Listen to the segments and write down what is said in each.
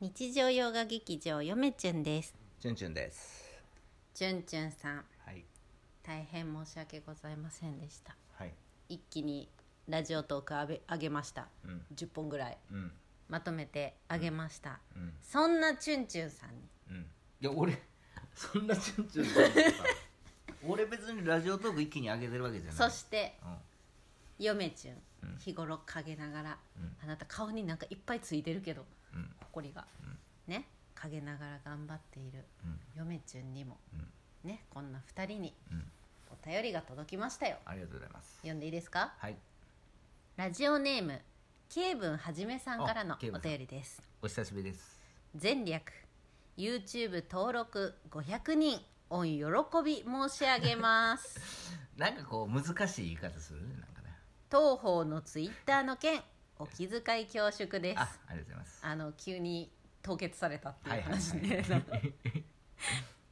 日常洋画劇場よめちゅんですチュンチュンです。ちゅんちゅんさんはい。大変申し訳ございませんでしたはい。一気にラジオトークあべ上げました、うん10本ぐらいうん。まとめてあげました、うんそんなちゅんちゅんさんにうん。いや、俺、 そんなチュンチュンさんと さ俺別にラジオトーク一気に上げてるわけじゃなそい。してうん。よめちゅん、日頃陰ながら、あなた顔になんかいっぱいついてるけど、うんほこりが、ね陰ながら頑張っている、よめちゅんにも、ねこんな2人に、お便りが届きましたよありがとうございます。読んでいいですかはい。ラジオネームケイブンはじめさんからのあケイブおンさん便りですお久しぶりです。全略 YouTube 登録500人御喜び申し上げます なんかこう、難しい言い方するね、なんかね。当方のツイッターの件お気遣い恐縮ですあ、ありがとうございます。あの急に凍結されたってはいいうはい話で、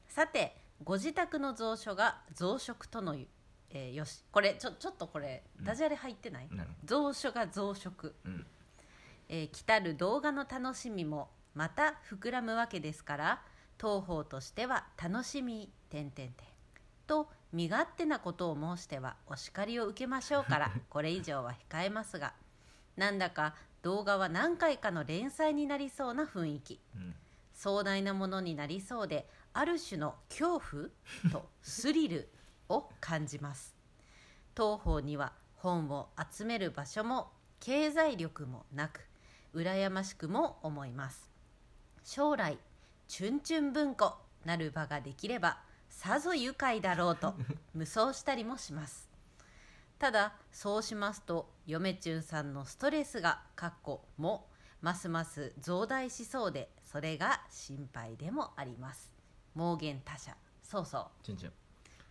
さてご自宅の蔵書が増殖との、えーよしこれちょちょっとこれダジャレ入ってない、なるほ蔵書が増殖、うんえー来たる動画の楽しみもまた膨らむわけですから当方としては楽しみ点々点と身勝手なことを申してはお叱りを受けましょうから これ以上は控えますがなんだか動画は何回かの連載になりそうな雰囲気うん。壮大なものになりそうである種の 恐怖とスリルを感じます当方には本を集める場所も経済力もなく羨ましくも思います将来チュンチュン文庫なる場ができればさぞ愉快だろう と無双したりもしますただそうしますと嫁チュンさんのストレスがかっこもますます増大しそうでそれが心配でもあります盲言他者そうそうチュンチュン。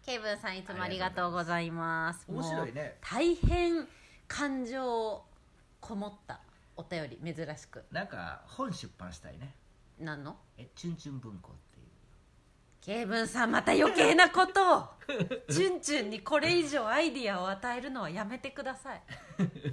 ケイブンさんいつもありがとうございますありがとうございます面白いねもう大変感情こもったお便り珍しくなんか、本出版したいね。なんのえ、チュンチュン文庫っていう。ケイブンさんまた余計な ことをチュンチュンにこれ以上アイディアを与えるのはやめてくだ さい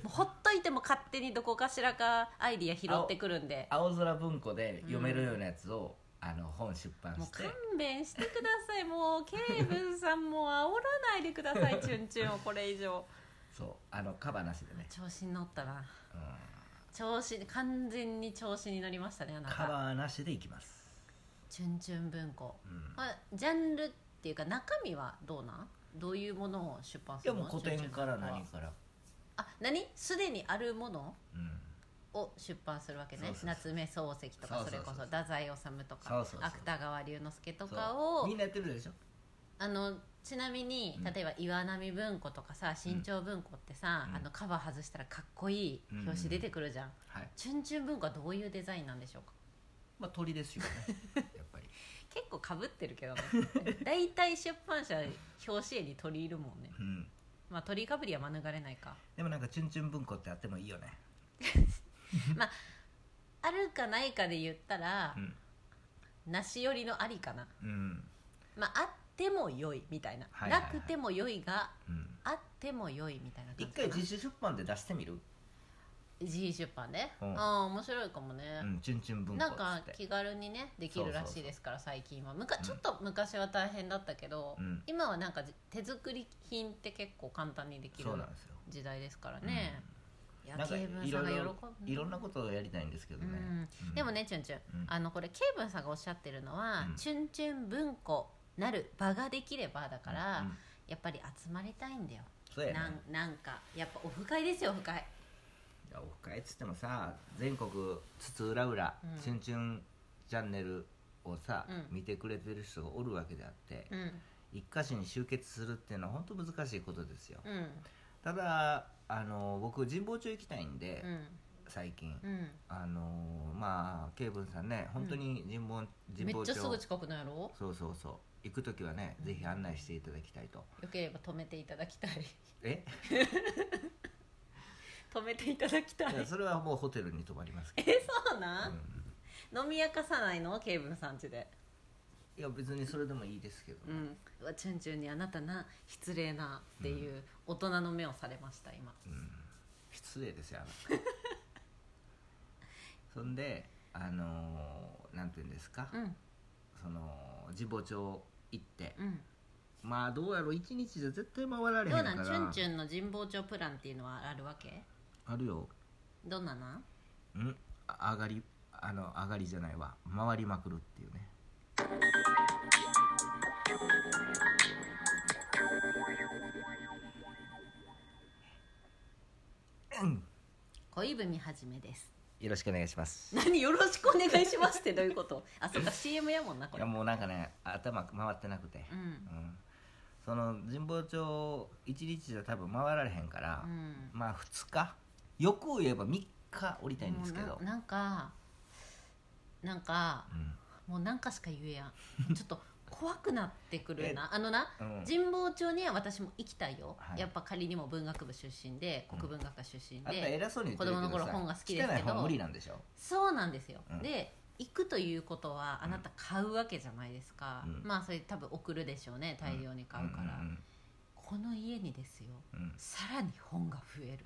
もうほっといても勝手にどこかしらかアイディア拾ってくるんで青空文庫で読めるようなやつを、あの、本出版もうして勘。弁してくださいもうケイブンさんもう煽らないでくだ さいチュンチュンをこれ以上そう。あの、カバーなしでね。調子に乗ったなうん。調子完全に調子に乗りましたねあなカたバーなしでいきます。 「チュンチュン文庫うん」あジャンルっていうか中身はどうなんどういうものを出版すいやるのもう古典からチュンチュン文何庫はから、あ何すでにあるものうん、を出版するわけねそうそうそう夏目漱石とそかうそそれうそうこそ太宰治とそかうそうそう芥川龍之介とそかうをみんなやってるでしょあのちなみにうん例えば岩波文庫とかさ新潮文庫ってさ、うんあのカバー外したらかっこいい表紙出てくるじゃん、はいチュンチュン文庫はどういうデザインなんでしょうかまあ鳥ですよ ねやっぱり結構かぶってるけどね 大体出版社表紙絵に鳥いるもんねうんまあ鳥かぶりは免れないかでもなんかチュンチュン文庫ってあってもいいよねあるかないかで言ったらう、んなし寄りのありかなうんまああっても良いみたいな、はいはいはいなくても良いがうんあっても良いみたいな感じ一か回な自主出版で出してみる自費出版で、うんああ面白いかもうね、んチュンチュン文庫っなんつかって気軽にねできるらしいですから最近はむかちょっと昔は大変だったけど、うん今はなんか手作り品って結構簡単にできるそうなんですよ時代ですからね、いやなんかケイいブろンいさんが喜ろぶいろんなことをやりたいんですけどうね、んうんでもねチュンチュン、うんあのこれケイブンさんがおっしゃってるのは、うんチュンチュン文庫なる場ができればだから、うんやっぱり集まりたいんだよそうやねなんなんかやっぱオフ会ですよオフ会いやオフ会っつってもさ全国津々浦々、うんチュンチュンチャンネルをさ、うん見てくれてる人がおるわけであって、うん一箇所に集結するっていうのは本当難しいことですよ、うんただあの僕神保町行きたいんで、うん最近、うんあのまあケイブンさんね本当に神保,、め神っ保ちゃ町すぐ近くのやろそうそうそう行く時はねぜひ案内していただきたいとよければ止めていただきたい え 止めていただきたいいやそれはもうホテルに泊まりますけ えど、そうなん、飲み明かさないのケイブンさんちでいや別にそれでもいいですけど、うんうわチュンチュンにあなたな失礼なっていう大人の目をされました今失礼ですよあなた そんであのーなんていうんですか、うんその神保町行ってうんまあどうやろう一日じゃ絶対回られへんどかうらなんチュンチュンの神保町プランっていうのはあるわけあるよどんななんうんあ上がりあの上がりじゃないわ回りまくるっていうね恋文はじめです よろしくお願いします何よろしくお願いしますってどういうことあそ っか CM やもんなこいれやうもうなんかね頭回ってなくて、んうんその神保町一日じゃ多分回られへんからう、んまあ2日欲を言えば3日降りたいんですけもどうななんかなんかもうなんかしか言えや んちょっと怖くなってくるなあのなうん、うん神保町には私も行きたいよ、はいやっぱ仮にも文学部出身で国文学科出身あんたで、偉そうに言ってるけどさ子供の頃本が好きですけど汚い本無理なんでしょそうなんですよ、うんで行くということはあなた買うわけじゃないですか、うんまあそれ多分送るでしょうね大量に買うから、うんこの家にですようんうんさらに本が増える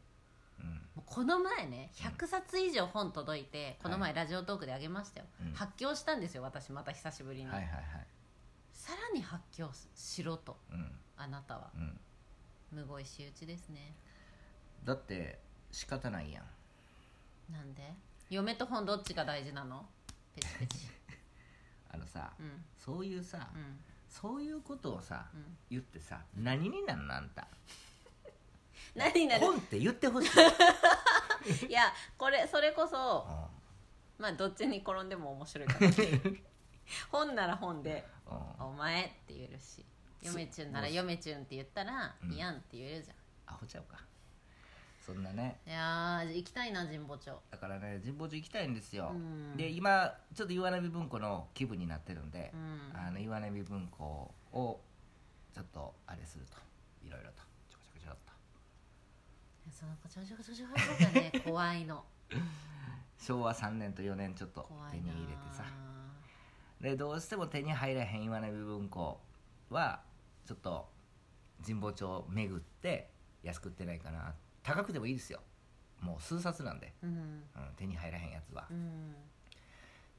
うんもうこの前ね100冊以上本届いて、このは前ラジオトークであげましたよ、うん発狂したんですよ私また久しぶりに、うんはいはいはいさらに発狂しろとうんあなたはうんむごい仕打ちですねだって仕方ないやんなんで嫁と本どっちが大事なのペチペチ あのさうんそういうさうんそういうことをさうん言ってさ何になんのあんた何何本って言ってほし いいやこれそれこそうんまあどっちに転んでも面白い から本なら本でう「んお前」って言えるし「そう嫁チュン」なら「もう嫁チュン」って言ったら「うんいやん」って言えるじゃんアホちゃうかそんなねいやー行きたいな神保町だからね神保町行きたいんですよ、うんで今ちょっと岩波文庫の気分になってるんでう、んあの岩波文庫をちょっとあれするといろいろとちょこちょこちょこっとその子ちょちょこちょちょこちょがね怖いの昭和3年と4年ちょっと怖 手いにな入れてさでどうしても手に入らへん岩波文庫はちょっと神保町巡って安く売ってないかな高くてもいいですよもう数冊なんで、うんうん、手に入らへんやつはうん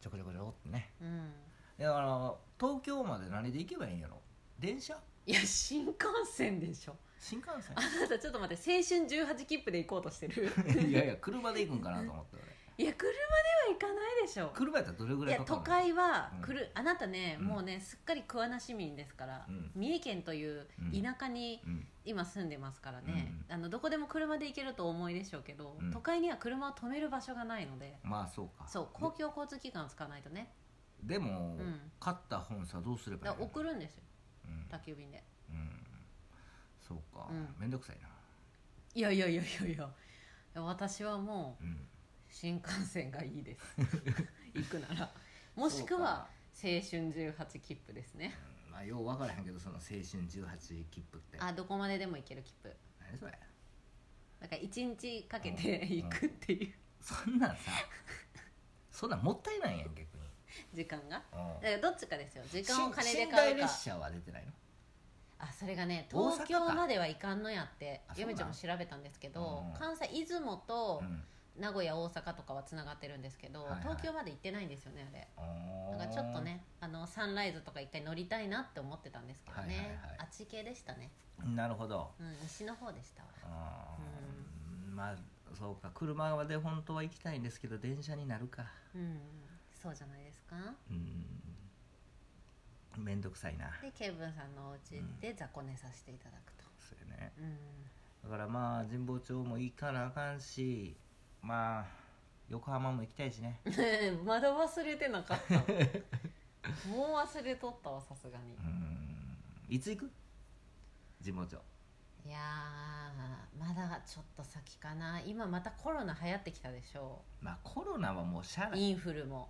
ちょこちょこちょこってねうんだから東京まで何で行けばいいんやろ電車いや新幹線でしょ新幹線あなたちょっと待って青春18切符で行こうとして るいやいや車で行くんかなと思って俺いや車では行かないでしょ車やったらどれぐいらいやかか都るの会はうん来る、あなたね、うんもうねすっかり桑名市民ですから、うん三重県といううん田舎にうん今住んでますからね、あのどこでも車で行けるとお思いでしょうけど、うん都会には車を止める場所がないのでまあそうかそう公共交通機関を使わないとねででも、うん買った本さどうすればいだいからの送るんですようん宅急便でうんそうか、うんめんどくさいないやいやいやいやいや私はもううん新幹線がいいです 行くならもしくは青春18切符ですねそうか、うんまあよう分からへんけどその青春18切符ってあどこまででも行ける切符何それだから1日かけて 行くっていうそんなんさ そんなんもったいないやん逆に時間がうんだからどっちかですよ時間を金で寝買台うか列車は出てないのあそれがね大阪か東京までは行かんのやってあそゆうなんめちゃんも調べたんですけど、うん関西出雲とうん名古屋大阪とかはつながってるんですけど、はいはい東京まで行ってないんですよねあれあーなんかちょっとねあのサンライズとか一回乗りたいなって思ってたんですけどね、はいはいはいあっち系でしたね、なるほどうん、西の方でしたわあーまあそうか車はで本当は行きたいんですけど電車になるかうんそうじゃないですかうんめんどくさいなでケイブンさんのお家で雑魚寝させていただくとそうよねうん だからまあ神保町も行かなあかんしまあ横浜も行きたいしね、ねえまだ忘れてなかった もう忘れとったわさすがにうんいつ行く神保町いやーまだちょっと先かな今またコロナ流行ってきたでしょまあコロナはもうしゃあないインフルも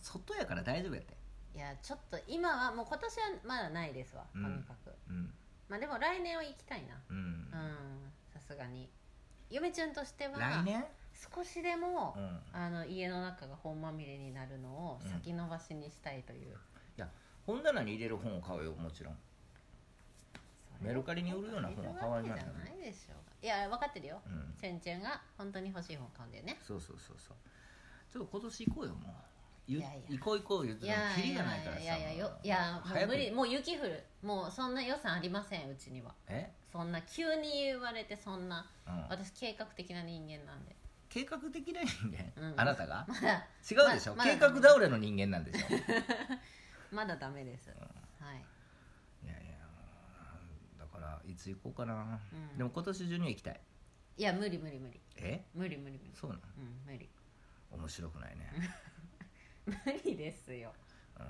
外やから大丈夫やっていやちょっと今はもう今年はまだないですわとうんにかく、うんまあでも来年は行きたいなう、うんんさすがに嫁ちゃんとして来は年少しでもう、んあの家の中が本まみれになるのをうん先延ばしにしたいという、本棚に入れる本を買うよもちろんメルカリに売るような本は買わんいよじゃないでしょういや分かってるようんちゃんちゃんが本当に欲しい本買うんだよねそうそうそうそうちょっと今年行こうよもう言ういやいや行こう行こう言っいてやもいキリがないかやらさいやいやよいやも早うく無理もう雪降るもうそんな予算ありませんうちにはえ、そんな急に言われてそんなうん、私計画的な人間なんで計画的な人間、うんあなたがまだ違うでしょ、ままだ計画倒れの人間なんでし ょいやいまだダメです、はいやだからいつ行こうかな、うんでも今年中には行きたいいや無理無理無理え無理無理無理そうなのうん無理面白くないね無理ですよ、うん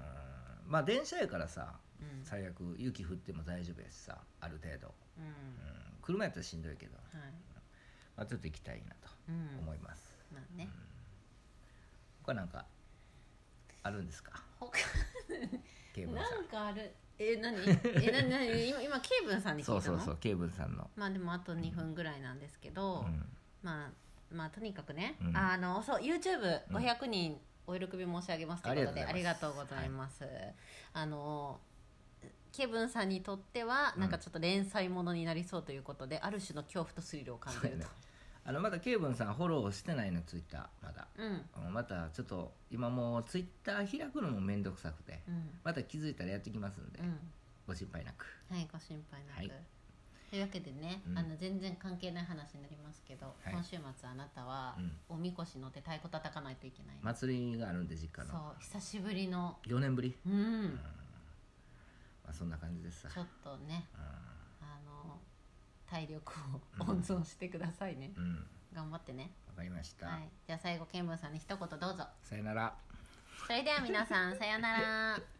まあ電車やからさうんうん最悪雪降っても大丈夫やしさある程度、うん、車やったらしんどいけど、はいまあ、ちょっと行きたいなとうん思います、まあね他なんかあるんですか他ケイブンさなんんかあるえ 何え何何今今ケイブンさんに聞いたそのうそうそうケイブンさんのまあでもあと2分ぐらいなんですけど、うんまあまあとにかくね、うんあのそううん YouTube500 人お喜び申し上げますということであありりががととううごござざいいますあのケブンさんにとっては、なんかちょっと連載ものになりそうということである種の恐怖とスリルを感じるとあのまだケイブンさんフォローしてないのツイッターまだう,、んうんまたちょっと今もうツイッター開くのも面倒くさくてうんまた気づいたらやってきますんで、うご心配なくんはいご心配なく、はいというわけでね、うんあの全然関係ない話になりますけど、い今週末あなたはうん、おみこし乗って太鼓叩かないといけない、祭りがあるんで実家そのう久しぶりの4年ぶり、うんまあ、そんな感じですさちょっとねうあの体力を温存してくださいね、んうんわ頑張ってね、かりました、はい、じゃあ最後ケンブンさんに一言どうぞさよならそれでは皆さんさようなら